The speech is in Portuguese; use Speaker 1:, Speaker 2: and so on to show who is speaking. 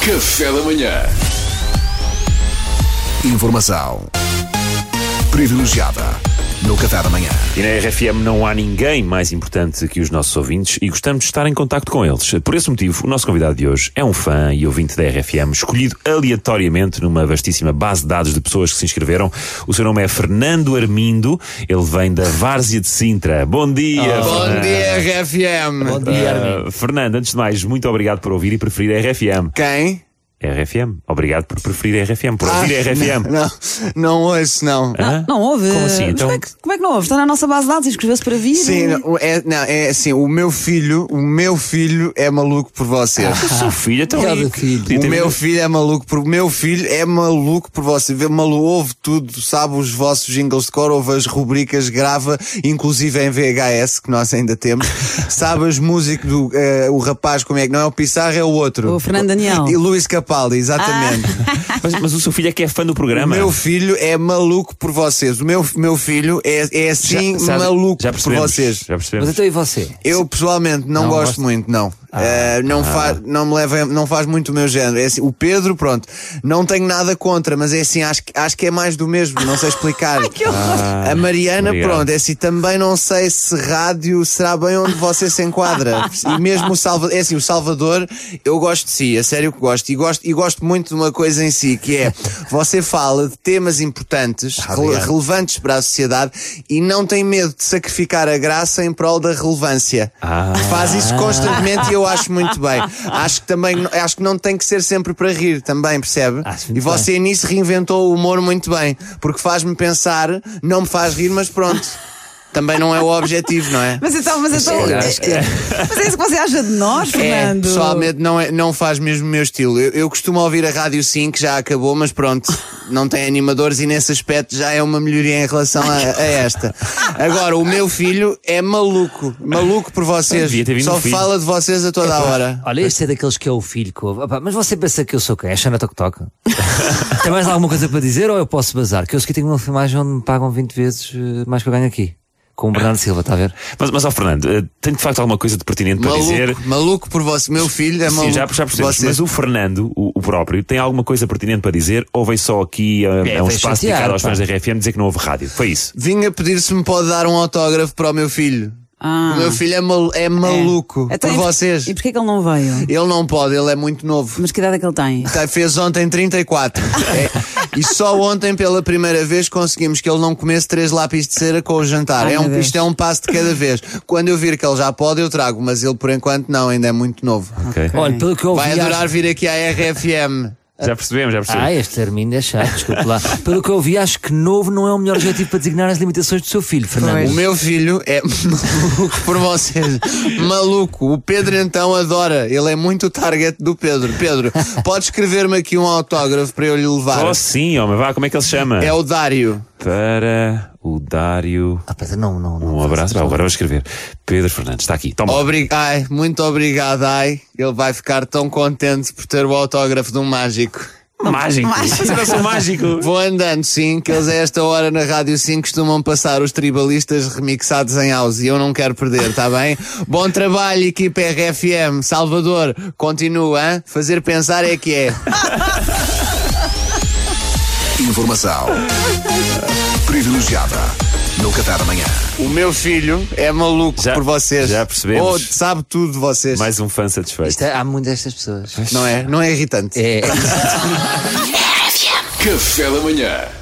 Speaker 1: Café da manhã.
Speaker 2: Informação privilegiada no Café da Manhã.
Speaker 3: E na RFM não há ninguém mais importante que os nossos ouvintes e gostamos de estar em contacto com eles. Por esse motivo, o nosso convidado de hoje é um fã e ouvinte da RFM, escolhido aleatoriamente numa vastíssima base de dados de pessoas que se inscreveram. O seu nome é Fernando Armindo, ele vem da Várzea de Sintra. Bom dia!
Speaker 4: Bom
Speaker 3: Fernando.
Speaker 4: dia, RFM. Bom
Speaker 3: Ah, Fernando, antes de mais, muito obrigado por ouvir e preferir a RFM.
Speaker 4: Quem? Ah,
Speaker 3: RFM, obrigado por preferir a RFM, por ouvir a RFM.
Speaker 4: Não, não ouço, não.
Speaker 3: Hã?
Speaker 5: Não houve.
Speaker 3: Como assim?
Speaker 5: Mas
Speaker 3: Então-
Speaker 5: como, é que, como é que não houve? Está na nossa base de dados, inscreveu-se para vir.
Speaker 4: Sim, não, é, não, é assim, o meu filho, o meu filho é maluco por você.
Speaker 5: Ah,
Speaker 3: Seu filho, então.
Speaker 6: Cada filho.
Speaker 3: Podia
Speaker 4: O
Speaker 3: ter
Speaker 4: meu
Speaker 3: vindo-
Speaker 4: filho é maluco por. O meu filho é maluco por você. Vê, malu, ouve tudo, sabe os vossos jingles de cor, ouve as rubricas, grava, inclusive em VHS, que nós ainda temos. sabe as músicas do. eh, o rapaz, como é que não é? O Pissarra é o outro.
Speaker 5: O Fernando Daniel. Ah.
Speaker 4: E Luís Capaldi, exatamente.
Speaker 3: Mas, mas o seu filho é que é fã do programa.
Speaker 4: O meu filho é maluco por vocês. O meu, meu filho é, é assim
Speaker 3: Já- já-
Speaker 4: maluco
Speaker 3: Tá, já
Speaker 4: por
Speaker 3: percebemos,
Speaker 4: vocês.
Speaker 3: Já
Speaker 6: Mas
Speaker 3: percebemos.
Speaker 6: então e você?
Speaker 4: Eu pessoalmente não,
Speaker 6: Não
Speaker 4: gosto
Speaker 6: gosta?
Speaker 4: muito, não.
Speaker 3: Ah,
Speaker 4: Eh, não, fa- não me leva, não faz muito o meu género. É assim, o Pedro, pronto, não tenho nada contra, mas é assim, acho, que- acho que é mais do mesmo, não sei explicar.
Speaker 5: Que horror.
Speaker 4: a Mariana,
Speaker 3: Obrigado.
Speaker 4: pronto, é assim, também não sei se rádio será bem onde você se enquadra. E mesmo o Salvador, é assim, o Salvador, eu gosto de si, a sério que gosto. E gosto, e gosto muito de uma coisa em si, que é, você fala de temas importantes, rele- relevantes para a sociedade, e não tem medo de sacrificar a graça em prol da relevância.
Speaker 3: Ah.
Speaker 4: Faz isso constantemente e eu acho muito bem. Acho que também, acho que não tem que ser sempre para rir, também, percebe?
Speaker 6: Acho
Speaker 4: E
Speaker 6: muito
Speaker 4: você você nisso reinventou o humor muito bem, porque faz-me pensar, não me faz rir, mas pronto. Também não é o objetivo, não é?
Speaker 5: Mas então, mas então.
Speaker 4: calhar,
Speaker 5: é-
Speaker 4: se
Speaker 5: é- Mas é isso que você acha de nós, Fernando?
Speaker 4: Pessoalmente não, é, não faz mesmo o meu estilo. Eu, eu costumo ouvir a Rádio 5, já acabou, mas pronto, não tem animadores e nesse aspecto já é uma melhoria em relação a, a esta. Agora, o meu filho é maluco, maluco por vocês.
Speaker 3: Devia ter vindo
Speaker 4: Só
Speaker 3: um filho.
Speaker 4: fala de vocês a toda a hora.
Speaker 6: Olha, este é daqueles que é o filho que ouve. Opa, mas você pensa que eu sou quem? É Xana Toc Toc? Tem mais alguma coisa para dizer ou eu posso bazar? Que eu sequer tenho uma filmagem onde me pagam 20 vezes eh, mais que eu ganho aqui. Com o Bernardo Silva, está a ver?
Speaker 3: Mas, mas ó, Fernando, eh, tem de facto alguma coisa de pertinente para dizer?
Speaker 4: Maluco, maluco por vocês. Meu filho é maluco
Speaker 3: Sim, já, já
Speaker 4: por
Speaker 3: percebemos.
Speaker 4: vocês.
Speaker 3: Mas o Fernando, o, o próprio, tem alguma coisa pertinente para dizer? Ou veio só aqui a,
Speaker 6: É,
Speaker 3: a um
Speaker 6: veio
Speaker 3: espaço
Speaker 6: chatear,
Speaker 3: dedicado aos
Speaker 6: pá.
Speaker 3: fãs da RFM dizer que não houve rádio? Foi isso.
Speaker 4: Vinha pedir se me pode dar um autógrafo para o meu filho.
Speaker 5: Ah.
Speaker 4: O meu filho é, malu- é maluco
Speaker 5: Então,
Speaker 4: por
Speaker 5: e por-
Speaker 4: vocês.
Speaker 5: E porquê que ele não veio?
Speaker 4: Ele não pode, ele é muito novo.
Speaker 5: Mas que idade é que ele tem?
Speaker 4: Tá, Fez ontem 34. É, e só ontem, pela primeira vez, conseguimos que ele não comesse três lápis de cera com o jantar.
Speaker 5: Ai,
Speaker 4: é
Speaker 5: meu
Speaker 4: um,
Speaker 5: Deus.
Speaker 4: isto é um passo de cada vez. Quando eu vir que ele já pode, eu trago, mas ele por enquanto não, ainda é muito novo.
Speaker 3: Ok.
Speaker 6: Olha, pelo que eu ouvi.
Speaker 4: Vai
Speaker 6: acho-
Speaker 4: adorar vir aqui à RFM.
Speaker 3: Já percebemos, já percebemos.
Speaker 6: Ah, este Armindo é chato, desculpe lá. Pelo que eu ouvi, acho que novo não é o melhor objetivo para designar as limitações do seu filho, Fernando.
Speaker 4: O meu filho é maluco por vocês. Maluco. O Pedro então adora. Ele é muito o target do Pedro. Pedro, pode escrever-me aqui um autógrafo para eu lhe levar.
Speaker 3: Oh, sim, homem, vá, como é que ele se chama?
Speaker 4: É o Dário.
Speaker 3: Para o Dário.
Speaker 6: Ah, pera, não, não, não.
Speaker 3: Um abraço. Vá, agora vou escrever. Pedro Fernandes, está aqui. Toma.
Speaker 4: Obri- ai, muito obrigado, ai. Ele vai ficar tão contente por ter o autógrafo de um mágico.
Speaker 3: mágico. Mas eu não sou mágico.
Speaker 4: Vou andando, sim, que eles a esta hora na Rádio 5 costumam passar os tribalistas remixados em house e eu não quero perder, está bem? Bom trabalho, equipa RFM. Salvador, continua, hã? Fazer pensar é que é.
Speaker 2: Informação privilegiada no Café da Manhã.
Speaker 4: O meu filho é maluco
Speaker 3: Já-
Speaker 4: por vocês.
Speaker 3: já percebemos.
Speaker 4: Ou sabe tudo de vocês. é?
Speaker 3: Mais um fã satisfeito.
Speaker 6: Isto é- Há muitas destas pessoas.
Speaker 3: É
Speaker 4: Não é? Não é irritante.
Speaker 6: É.
Speaker 1: Café da manhã.